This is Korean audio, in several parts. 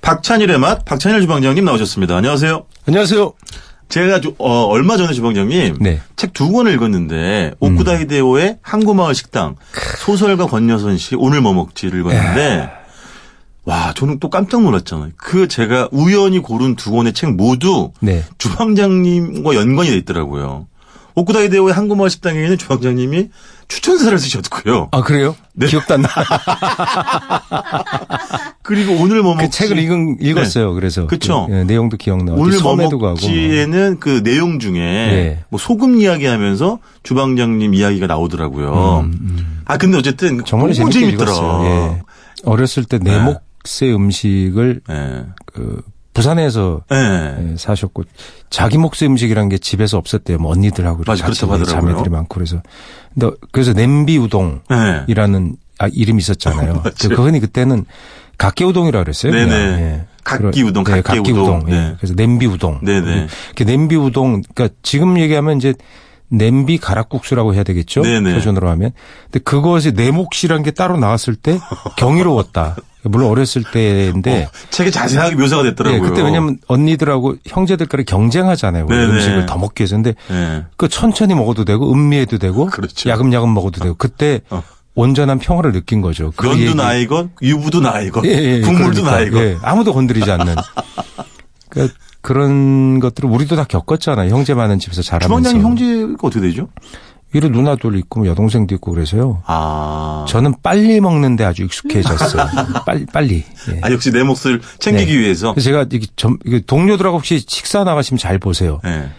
박찬일의 맛, 박찬일 주방장님 나오셨습니다. 안녕하세요. 안녕하세요. 제가 주- 어, 얼마 전에 주방장님 네. 음. 책 두 권을 읽었는데 오쿠다 히데오의 항구마을 식당 소설가 권여선 씨 오늘 뭐 먹지를 읽었는데 와 저는 또 깜짝 놀랐잖아요. 그 제가 우연히 고른 두 권의 책 모두 네. 주방장님과 연관이 돼 있더라고요. 오쿠다 히데오의 항구마을 식당에 있는 주방장님이 추천사를 쓰셨고요. 아, 그래요? 네. 기억도 안 나. 그리고 오늘 뭐 그 먹지 책을 읽은, 읽었어요. 그래서. 네. 그쵸. 그, 예, 내용도 기억나고. 오늘 이렇게 뭐 섬에도 가고. 뭐. 먹지에는 그 내용 중에 네. 뭐 소금 이야기하면서 주방장님 이야기가 나오더라고요. 아 근데 어쨌든 음, 정말 너무 재밌게 재밌더라. 읽었어요. 예. 어렸을 때 네. 내목새 음식을 예. 그 부산에서 예. 예, 사셨고 자기 목새 음식이란 게 집에서 없었대요. 뭐 언니들하고 맞아, 같이 그렇다고 하더라고요. 자매들이 많고 그래서 근데 그래서 냄비 우동 예. 이라는 아, 이름이 있었잖아요. 맞아요. 그- 그거는 그때는 각계 우동이라 그랬어요. 네네. 그냥. 예. 각기 그런- 우동, 네, 각계 각기 우동. 우동. 예. 네. 그래서 냄비 우동. 네네. 그 냄비 우동. 그러니까 지금 얘기하면 이제 냄비 가락국수라고 해야 되겠죠. 네네. 표준으로 하면. 근데 그것이 내목시라는 게 따로 나왔을 때 경이로웠다. 물론 어렸을 때인데 책에 자세하게 묘사가 됐더라고요. 예, 그때 왜냐면 원니들하고 형제들끼리 경쟁하잖아요. 원래 네네. 음식을 더 먹기 위해서. 근데 예. 그 천천히 먹어도 되고 음미해도 되고 그렇죠. 야금야금 먹어도 되고 그때 어. 온전한 평화를 느낀 거죠. 그 면도 얘기- 나이건 유부도 나이건 예, 예, 국물도 그러니까. 나이건 예, 아무도 건드리지 않는. 그러니까 그런 것들을 우리도 다 겪었잖아요. 형제 많은 집에서 자라면서. 주방장님 형제가 어떻게 되죠? 위로 누나도 있고 뭐 여동생도 있고 그래서요. 아, 저는 빨리 먹는데 아주 익숙해졌어요. 빨리 빨리. 예. 네. 아 역시 내 몫을 챙기기 위해서. 그래서 제가 이게 점- 이게 동료들하고 혹시 식사 나가시면 잘 보세요. 예.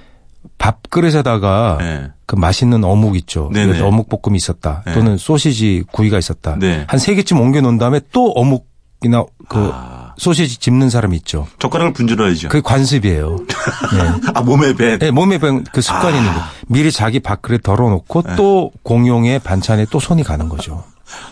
밥그릇에다가 예. 그 맛있는 어묵 있죠. 네네. 예를 들어 어묵 볶음이 있었다. 네. 또는 소시지 구이가 있었다. 네. 한 세 개쯤 옮겨 놓은 다음에 또 어묵이나 그 아, 소시지 집는 사람 있죠. 젓가락을 분질러야죠. 그게 관습이에요. 네. 아 몸에 배. 네, 몸에 배운 그 습관이 있는 거. 아. 미리 자기 밥그릇 덜어놓고 네. 또 공용의 반찬에 또 손이 가는 거죠.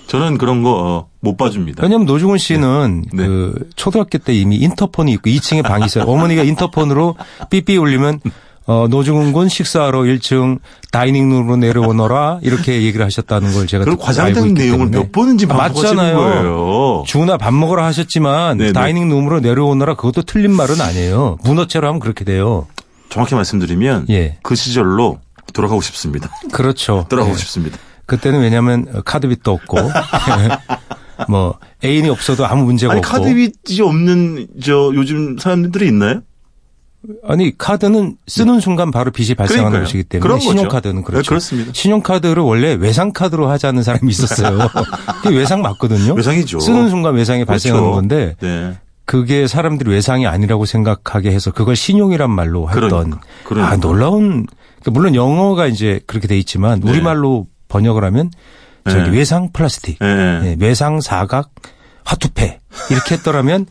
저는 그런 거 어, 못 봐줍니다. 왜냐하면 노중훈 씨는 네. 그 초등학교 때 이미 인터폰이 있고 2층에 방이 있어요. 어머니가 인터폰으로 삐삐 울리면 어, 노중훈 군 식사하러 1층 다이닝룸으로 내려오너라 이렇게 얘기를 하셨다는 걸 제가 그러니까 그런 듣- 알고 과장된 있기 내용을 때문에. 몇 번인지 아, 반복하시는 거예요. 주은아 밥 먹으러 하셨지만 네네. 다이닝룸으로 내려오너라 그것도 틀린 말은 아니에요. 문어체로 하면 그렇게 돼요. 정확히 말씀드리면 예. 그 시절로 돌아가고 싶습니다. 그렇죠. 돌아가고 예. 싶습니다. 그때는 왜냐하면 어, 카드빚도 없고 뭐 애인이 없어도 아무 문제가 아니 없고 카드빚이 없는 저 요즘 사람들이 있나요? 아니 카드는 쓰는 순간 바로 빚이 네. 발생하는 그러니까요. 것이기 때문에 그런 거죠. 신용카드는 네, 그렇죠. 그렇습니다. 신용카드를 원래 외상카드로 하자는 사람이 있었어요. 그게 외상 맞거든요. 외상이죠. 쓰는 순간 외상이 발생하는 그렇죠. 건데 네. 그게 사람들이 외상이 아니라고 생각하게 해서 그걸 신용이란 말로 했던 그러니까, 그러니까. 아 놀라운 그러니까 물론 영어가 이제 그렇게 돼 있지만 네. 우리말로 번역을 하면 저기 네. 외상 플라스틱 네. 예, 외상 사각 화투패 이렇게 했더라면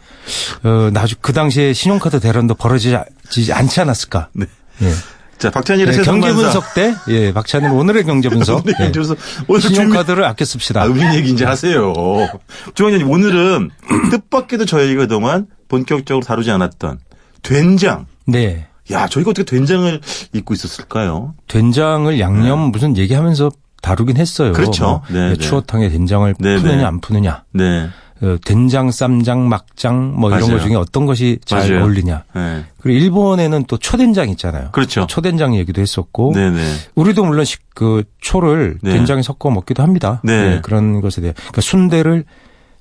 어, 나중 그 당시에 신용카드 대란도 벌어지지 않지 않았을까? 네. 예. 자 박찬일의 예, 세상만사. 경제 네, 분석 때 예, 박찬일 오늘의 경제 분석 네. 오늘의 경제 분석. 오늘 신용카드를 아껴 씁시다. 아, 음식 얘기 이제 하세요. 주방장님 오늘은 뜻밖에도 저희가 그동안 본격적으로 다루지 않았던 된장. 네. 야 저희가 어떻게 된장을 잊고 있었을까요? 된장을 양념 무슨 얘기하면서 다루긴 했어요. 네. 그렇죠. 뭐, 네, 예, 네. 추어탕에 된장을 네, 푸느냐 네. 안 푸느냐. 네. 어, 된장, 쌈장, 막장 뭐 이런 맞아요. 것 중에 어떤 것이 잘 맞아요. 어울리냐. 네. 그리고 일본에는 또 초된장 있잖아요. 그렇죠. 초된장 얘기도 했었고 네네. 우리도 물론 식- 그 초를 네. 된장에 섞어 먹기도 합니다. 네. 예, 그런 것에 대해 그러니까 순대를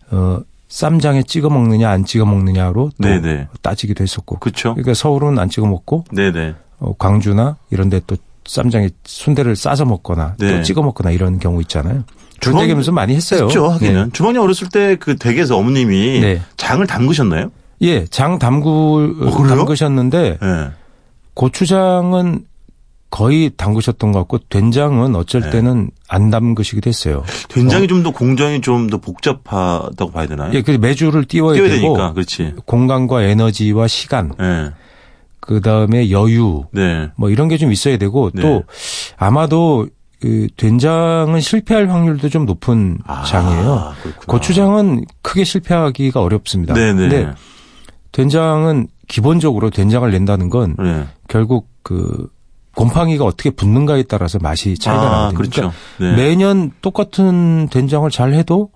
어, 쌈장에 찍어 먹느냐 안 찍어 먹느냐로 또 네네. 따지기도 했었고. 그렇죠. 그러니까 서울은 안 찍어 먹고 네네. 어, 광주나 이런데 또 쌈장에 순대를 싸서 먹거나 네. 또 찍어 먹거나 이런 경우 있잖아요. 그런 주먹- 얘기하면서 많이 했어요. 했죠 하기는. 네. 주방장 어렸을 때 그 댁에서 어머님이 네. 장을 담그셨나요? 예, 장 담글 어, 그래요? 담그셨는데 예. 고추장은 거의 담그셨던 것 같고 된장은 어쩔 네. 때는 안 담그시기도 했어요. 된장이 좀 더 공정이 좀 더 복잡하다고 봐야 되나요? 예, 그 매주를 띄워야, 네? 띄워야 되고 되니까 그렇지. 공간과 에너지와 시간, 예. 그 다음에 여유 네. 뭐 이런 게 좀 있어야 되고 네. 또 아마도 그 된장은 실패할 확률도 좀 높은 아, 장이에요. 그렇구나. 고추장은 크게 실패하기가 어렵습니다. 네네. 근데 된장은 기본적으로 된장을 낸다는 건 네. 결국 그 곰팡이가 어떻게 붙는가에 따라서 맛이 차이가 아, 나거든요. 그렇죠. 네. 그러니까 매년 똑같은 된장을 잘 해도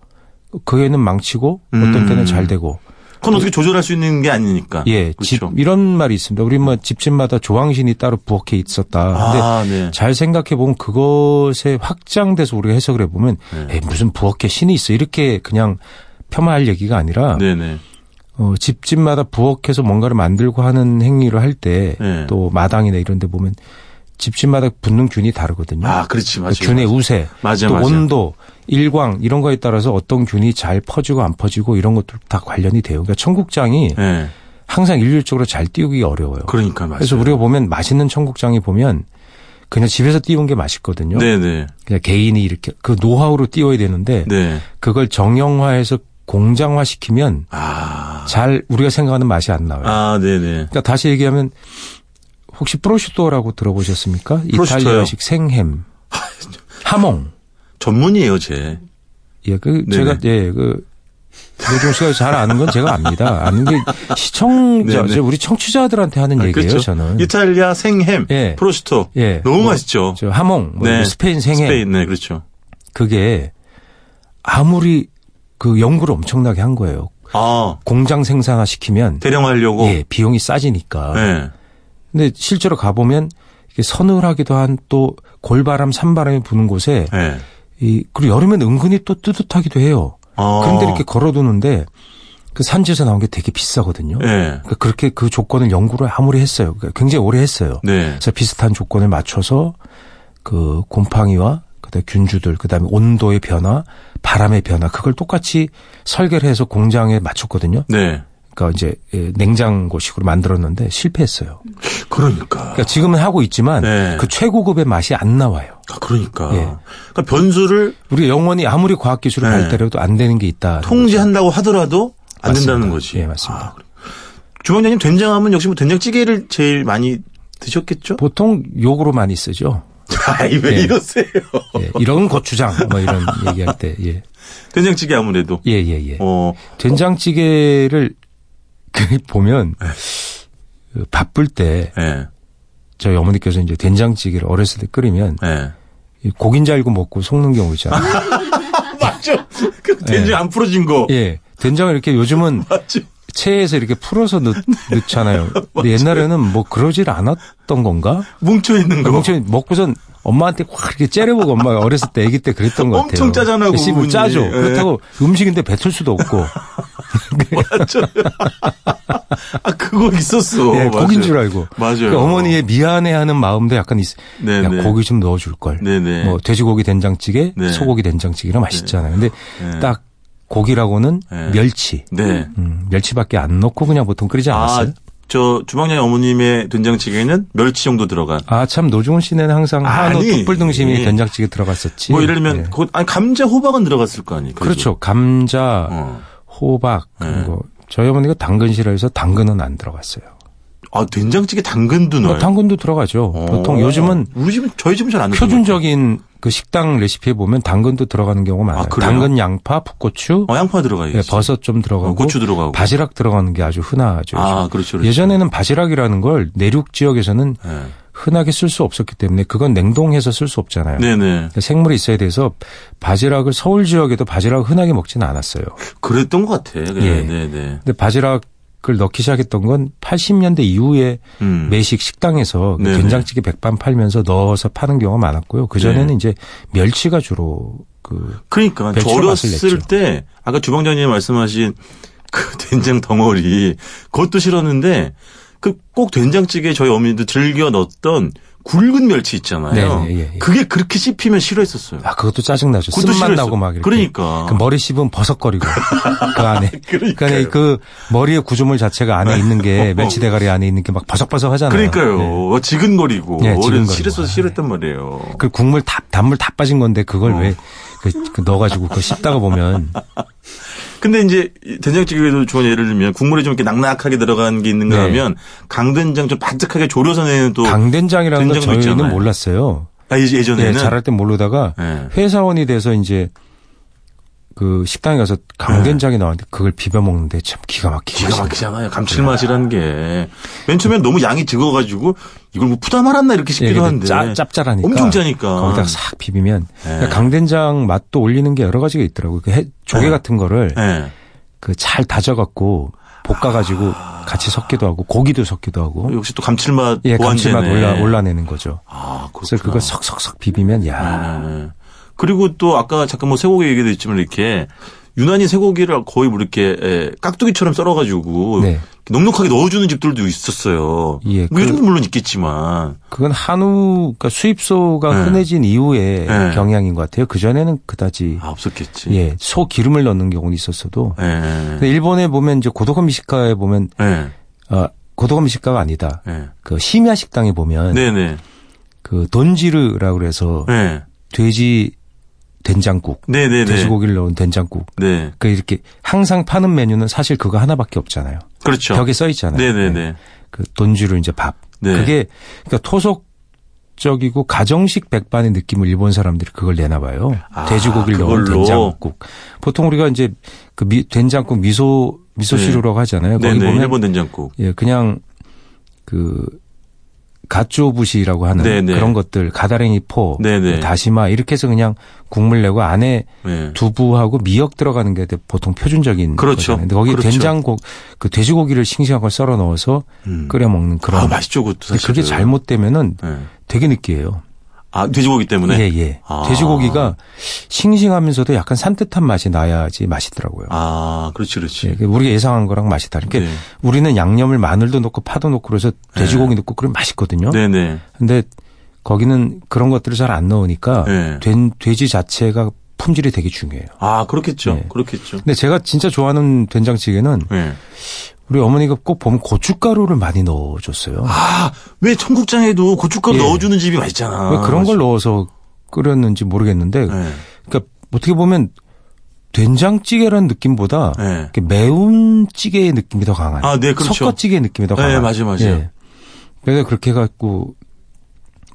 그 해는 망치고 음. 어떤 때는 잘 되고 그건 어떻게 조절할 수 있는 게 아니니까. 예, 집 그렇죠. 이런 말이 있습니다. 우리 뭐 집집마다 조항신이 따로 부엌에 있었다. 근데 아, 네. 잘 생각해 보면 그것에 확장돼서 우리가 해석을 해 보면 네. 무슨 부엌에 신이 있어 이렇게 그냥 폄하할 얘기가 아니라 네네. 어, 집집마다 부엌에서 뭔가를 만들고 하는 행위를 할 때 또 네. 마당이나 이런 데 보면 집집마다 붙는 균이 다르거든요. 아, 그렇지, 맞아요. 그러니까 균의 우세, 맞아요, 또 맞아요. 온도, 일광 이런 거에 따라서 어떤 균이 잘 퍼지고 안 퍼지고 이런 것도 다 관련이 돼요. 그러니까 청국장이 예. 항상 일률적으로 잘 띄우기 어려워요. 그러니까 맞아요. 그래서 우리가 보면 맛있는 청국장이 보면 그냥 집에서 띄운 게 맛있거든요. 네네. 그냥 개인이 이렇게 그 노하우로 띄워야 되는데 네. 그걸 정형화해서 공장화 시키면 아. 잘 우리가 생각하는 맛이 안 나와요. 아, 네네. 그러니까 다시 얘기하면 혹시 프로슈토라고 들어보셨습니까? 프로슈토요? 이탈리아식 생햄, 하몽. 전문이에요, 제. 예, 그 네네. 제가 예그 노종 씨가 잘 아는 건 제가 압니다. 아는 게 시청자, 네네. 우리 청취자들한테 하는 아, 얘기예요. 그렇죠. 저는 이탈리아 생햄, 예. 프로슈토. 예, 너무 뭐, 맛있죠. 저 하몽, 뭐 네. 스페인 생햄 스페인, 네, 그렇죠. 그게 아무리 그 연구를 엄청나게 한 거예요. 아, 공장 생산화 시키면 네. 대령하려고. 예, 비용이 싸지니까. 예. 근데 실제로 가보면 이게 서늘하기도 한 또 골바람, 산바람이 부는 곳에 예. 이 그리고 여름엔 은근히 또 뜨뜻하기도 해요. 아. 그런데 이렇게 걸어두는데 그 산지에서 나온 게 되게 비싸거든요. 예. 그러니까 그렇게 그 조건을 연구를 아무리 했어요. 그러니까 굉장히 오래 했어요. 네. 그래서 비슷한 조건을 맞춰서 그 곰팡이와 그다음 균주들, 그다음에 온도의 변화, 바람의 변화 그걸 똑같이 설계를 해서 공장에 맞췄거든요. 네. 그러니까 이제 예, 냉장고식으로 만들었는데 실패했어요. 그러니까. 그러니까 지금은 하고 있지만 네. 그 최고급의 맛이 안 나와요. 아, 그러니까. 예. 그러니까 변수를 우리 영원히 아무리 과학 기술을 네. 발달해도 안 되는 게 있다. 통제한다고 하더라도 안 맞습니다. 된다는 거지. 예, 맞습니다. 아, 그래. 주방장님 된장하면 역시 뭐 된장찌개를 제일 많이 드셨겠죠? 보통 욕으로 많이 쓰죠. 아이 왜 뭐, 예. 이러세요? 예, 이런 고추장 뭐 이런 얘기할 때 예. 된장찌개 아무래도. 예, 예, 예. 어, 된장찌개를 그 보면 네. 그 바쁠 때 예, 저희 어머니께서 이제 된장찌개를 어렸을 때 끓이면 예. 이 고긴 줄 알고 먹고 속는 경우 있잖아요. 맞죠? 그 된장 안 풀어진 거. 네. 예. 된장을 이렇게 요즘은 맞죠? 체에서 이렇게 풀어서 넣, 넣잖아요. 근데 옛날에는 뭐 그러질 않았던 건가? 뭉쳐있는 거. 멍청이 먹고선 엄마한테 확 이렇게 째려보고 엄마가 어렸을 때 아기 때 그랬던 것 같아요. 엄청 짜잖아, 씹으면 그분이. 짜죠. 예. 그렇다고 음식인데 뱉을 수도 없고 맞죠? 아, 그거 있었어. 예, 맞아요. 고긴 줄 알고. 맞아요. 그 어머니의 미안해하는 마음도 약간 있어. 네, 그냥 네. 고기 좀 넣어줄 걸. 네네. 뭐 돼지고기 된장찌개, 네. 소고기 된장찌개랑 맛있잖아요. 근데 네. 딱 고기라고는 네. 멸치. 네. 음, 멸치밖에 안 넣고 그냥 보통 끓이지 아, 않았어요. 저 주방장님 어머님의 된장찌개에는 멸치 정도 들어간. 아, 참 노중훈 씨는 항상 한우 아니. 뚝불등심이 예. 된장찌개 들어갔었지. 뭐 예를 들면 예. 그거- 아니 감자 호박은 들어갔을 거 아니에요. 그래도. 그렇죠. 감자, 어. 호박 그런 네. 거. 저희 어머니가 당근 싫어해서 당근은 안 들어갔어요. 아 된장찌개 당근도 넣어요. 뭐 당근도 들어가죠. 네. 어. 보통 요즘은 우리 집은 저희 집은 잘 안 넣어요. 표준적인 그 식당 레시피에 보면 당근도 들어가는 경우가 많아요. 그래요? 당근, 양파, 풋고추, 어, 양파 들어가요. 예, 버섯 좀 들어가고, 어, 고추 들어가고. 바지락 들어가는 게 아주 흔하죠. 아 그렇죠. 그렇죠. 예전에는 바지락이라는 걸 내륙 지역에서는 예. 흔하게 쓸 수 없었기 때문에 그건 냉동해서 쓸 수 없잖아요. 네네. 그러니까 생물이 있어야 돼서 바지락을 서울 지역에도 바지락을 흔하게 먹지는 않았어요. 그랬던 것 같아. 네, 예. 네네. 근데 바지락을 넣기 시작했던 건 80년대 이후에 음. 매식 식당에서 그 네네. 된장찌개 백반 팔면서 넣어서 파는 경우가 많았고요. 그 전에는 네. 이제 멸치가 주로 그 그러니까 저 배추로 맛을 어렸을 냈죠. 때 아까 주방장님이 말씀하신 그 된장 덩어리 그것도 싫었는데 그 꼭 된장찌개 저희 어머니도 즐겨 넣었던 굵은 멸치 있잖아요. 네네, 예, 예. 그게 그렇게 씹히면 싫어했었어요. 아 그것도 짜증 나죠. 그것도 쓴맛 싫어했어. 나고 막 이렇게. 그러니까. 그 머리 씹으면 버석거리고 그 안에. 그 안에 그러니까요. 그 머리의 구조물 자체가 안에 있는 게 멸치 대가리 안에 있는 게 막 버석버석하잖아요. 그러니까요. 네. 어, 지근거리고 네, 어른 지근거리고. 싫어서 싫었단 말이에요. 그 국물 다 단물 다 빠진 건데 그걸 왜 그, 그 넣어가지고 그거 씹다가 보면 근데 이제 이 된장찌개에도 좋은 예를 들면 국물이 좀 이렇게 낙낙하게 들어간 게 있는가 네. 하면 강된장 좀 바삭하게 졸여서 내는 또 강된장이라는 건 된장도 저희는 있잖아요. 몰랐어요. 아, 이제 예, 예전에는 잘할 때 모르다가 예. 회사원이 돼서 이제 그 식당에 가서 강된장이 나왔는데 그걸 비벼 먹는데 참 기가 막히죠. 네. 기가 막히잖아요. 감칠맛이라는 게. 아. 맨 처음엔 너무 양이 적어가지고 이걸 뭐 푸다 말았나 이렇게 예, 싶기도 한데. 근데 짭, 짭짤하니까. 엄청 짜니까. 거기다 싹 비비면 예. 그러니까 강된장 네. 맛도 올리는 게 여러 가지가 있더라고요. 그 해- 조개 예. 같은 거를 예. 그 잘 다져갖고 볶아가지고 같이 섞기도 하고 고기도 섞기도 하고 뭐 역시 또 감칠맛 예 보완제네. 감칠맛 올라 올라내는 거죠. 아, 그렇구나. 그래서 그거 석석석 비비면 야 네. 그리고 또 아까 잠깐 뭐 쇠고기 얘기도 있지만 이렇게 유난히 쇠고기를 거의 뭐 이렇게 에, 깍두기처럼 썰어가지고 네. 넉넉하게 넣어주는 집들도 있었어요. 예, 뭐 그- 요즘도 물론 있겠지만 그건 한우 그러니까 수입소가 네. 흔해진 이후의 네. 경향인 것 같아요. 그 전에는 그다지 아, 없었겠지. 예 소 기름을 넣는 경우는 있었어도 예. 예. 근데 일본에 보면 이제 고독한 미식가에 보면 예. 아 고독한 미식가가 아니다. 예. 그 심야 식당에 보면 네네. 그 돈지르라고 그래서 예. 돼지 된장국, 네네네. 돼지고기를 넣은 된장국. 네. 그 이렇게 항상 파는 메뉴는 사실 그거 하나밖에 없잖아요. 그렇죠. 벽에 써 있잖아요. 네. 네네네. 그 돈지르 이제 밥. 네. 그게 그러니까 토속적이고 가정식 백반의 느낌을 일본 사람들이 그걸 내나 봐요. 아, 돼지고기를 넣은 그걸로. 된장국. 보통 우리가 이제 그 미- 된장국 미소 미소시루라고 하잖아요. 거기 네네. 보면 일본 된장국. 예, 그냥 그 가쪼부시라고 하는 네네. 그런 것들 가다랭이 포, 네네. 뭐 다시마 이렇게 해서 그냥 국물 내고 안에 예. 두부하고 미역 들어가는 게 보통 표준적인 그렇죠. 거잖아요. 근데 거기 그렇죠. 된장국, 된장국 그 돼지고기를 싱싱한 걸 썰어 넣어서 음. 끓여 먹는 그런 아, 맛있죠, 그것도 근데 사실. 그게 잘못되면은 예. 되게 느끼해요. 아, 돼지고기 때문에? 예, 예. 아. 돼지고기가 싱싱하면서도 약간 산뜻한 맛이 나야지 맛있더라고요. 아, 그렇지, 그렇지. 예, 그러니까 우리가 예상한 거랑 맛이 다르니까 네. 우리는 양념을 마늘도 넣고 파도 넣고 그래서 돼지고기 넣고 그러면 맛있거든요. 네네. 근데 거기는 그런 것들을 잘 안 넣으니까 네. 된- 돼지 자체가 품질이 되게 중요해요. 아, 그렇겠죠. 네. 그렇겠죠. 근데 제가 진짜 좋아하는 된장찌개는 예. 우리 어머니가 꼭 보면 고춧가루를 많이 넣어줬어요. 아, 왜 청국장에도 고춧가루 예. 넣어주는 집이 맛있잖아. 왜 그런 걸 넣어서 끓였는지 모르겠는데, 예. 그러니까 어떻게 보면 된장찌개라는 느낌보다 예. 이렇게 매운 찌개의 느낌이 더 강한. 아, 네, 그렇죠. 섞어찌개의 느낌이 더 네, 강한. 예. 맞아요, 맞아요. 그래서 그렇게 해갖고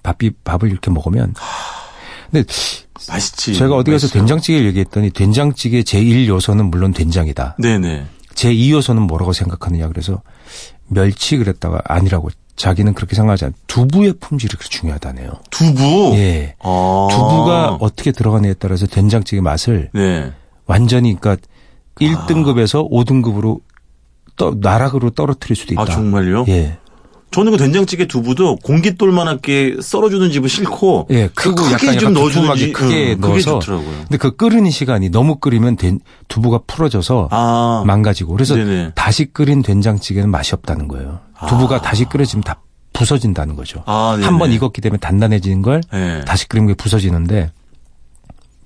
밥이 밥을 이렇게 먹으면. 근데 맛있지. 제가 어디 가서 맛있어. 된장찌개 를 얘기했더니 된장찌개 제1 요소는 물론 된장이다. 네네. 제2 요소는 뭐라고 생각하느냐 그래서 멸치 그랬다가 아니라고 자기는 그렇게 생각하지 않. 두부의 품질이 그렇게 중요하다네요. 두부. 예. 아. 두부가 어떻게 들어가느냐에 따라서 된장찌개 맛을 네. 완전히 그러니까 아. 1등급에서 5등급으로 떠, 나락으로 떨어뜨릴 수도 있다. 아, 정말요? 예. 저는 그 된장찌개 두부도 공깃돌만하게 썰어주는 집은 싫고. 예, 그 크고 크게 약간 좀 약간 넣어주는 두툼하게 집. 크게 음, 그게 넣어서. 좋더라고요. 근데 그 끓이는 시간이 너무 끓이면 된, 두부가 풀어져서 아. 망가지고 그래서 네네. 다시 끓인 된장찌개는 맛이 없다는 거예요. 두부가 다시 끓여지면 다 부서진다는 거죠. 아, 네네. 한 번 익었기 때문에 단단해지는 걸 예. 다시 끓이면 그게 부서지는데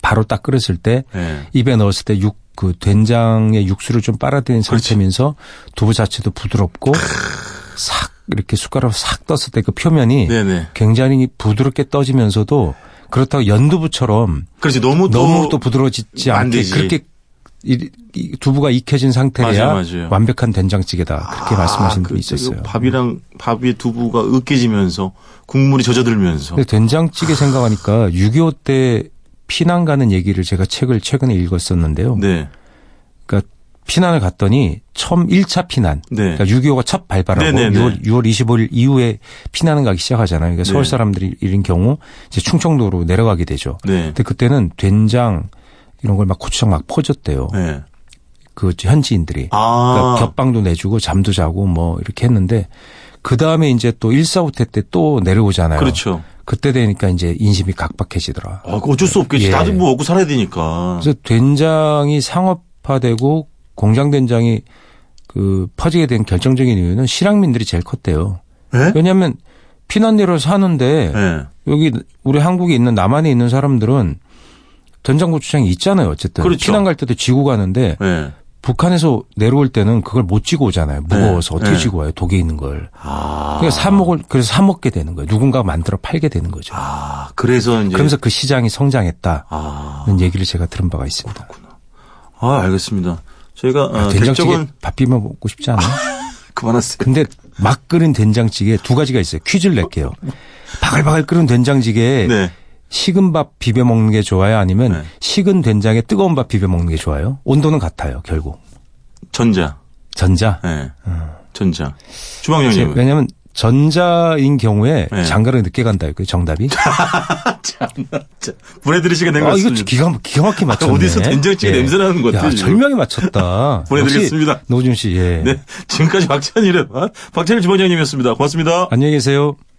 바로 딱 끓였을 때 예. 입에 넣었을 때 육, 그 된장의 육수를 좀 빨아들인 그렇지. 상태면서 두부 자체도 부드럽고 싹 이렇게 숟가락으로 싹 떴을 때 그 표면이 네네. 굉장히 부드럽게 떠지면서도 그렇다고 연두부처럼 그렇지, 너무 또. 너무 또 부드러워지지 안 않게 되지. 그렇게 이- 이 두부가 익혀진 상태야 맞아요, 맞아요. 완벽한 된장찌개다 그렇게 말씀하신 분이 그 있었어요. 밥이랑 밥이 두부가 으깨지면서 국물이 젖어들면서. 근데 된장찌개 생각하니까 6.25 때 피난 가는 얘기를 제가 책을 최근에 읽었었는데요. 네. 그러니까 피난을 갔더니 처음 1차 피난. 네. 그러니까 6.25가 첫 발발하고 네네네. 6월, 6월 25일 이후에 피난을 가기 시작하잖아요. 그러니까 서울 네. 사람들이 이런 경우 이제 충청도로 내려가게 되죠. 네. 근데 그때는 된장 이런 걸 막 고추장 막 퍼줬대요. 네. 그 현지인들이. 아. 그러니까 겹방도 내주고 잠도 자고 뭐 이렇게 했는데 그 다음에 이제 또 1사후퇴 때 또 내려오잖아요. 그렇죠. 그때 되니까 이제 인심이 각박해지더라. 아, 그 어쩔 수 없겠지. 예. 나도 뭐 먹고 살아야 되니까. 그래서 된장이 상업화되고 공장 된장이 그 퍼지게 된 결정적인 이유는 실향민들이 제일 컸대요. 예? 왜냐하면 피난내로 사는데 예. 여기 우리 한국에 있는 남한에 있는 사람들은 된장고추장이 있잖아요. 어쨌든 그렇죠. 피난 갈 때도 지고 가는데 예. 북한에서 내려올 때는 그걸 못 지고 오잖아요. 무거워서 네. 어떻게 네. 지고 와요? 독에 있는 걸. 아. 그러니까 사 먹을 그래서 사 먹게 되는 거예요. 누군가 만들어 팔게 되는 거죠. 아, 그래서 이제. 그러면서 그 시장이 성장했다는 아. 얘기를 제가 들은 바가 있습니다. 아, 알겠습니다. 저희가 어, 아, 된장찌개 객적은 밥 비벼 먹고 싶지 않아요? 그만하세요. 근데 막 끓인 된장찌개 두 가지가 있어요. 퀴즈를 낼게요. 바글바글 끓인 된장찌개에 네. 식은 밥 비벼 먹는 게 좋아요? 아니면 네. 식은 된장에 뜨거운 밥 비벼 먹는 게 좋아요? 온도는 같아요, 결국. 전자. 전자. 예. 전자. 제- 주방장님. 왜냐면 전자인 경우에 네. 장가를 늦게 간다 이거예요. 정답이. 참, 참. 보내드리시게 된 아, 것 이거 같습니다. 아, 기가, 기가 막히게 맞췄네. 예. 어디서 된장찌개 냄새 나는 것 야, 같아요, 지금. 절묘하게 맞췄다. 보내드리겠습니다. 역시 노준 씨, 예. 네. 지금까지 박찬일의 맛, 박찬일 주방장님이었습니다. 어? 고맙습니다. 안녕히 계세요.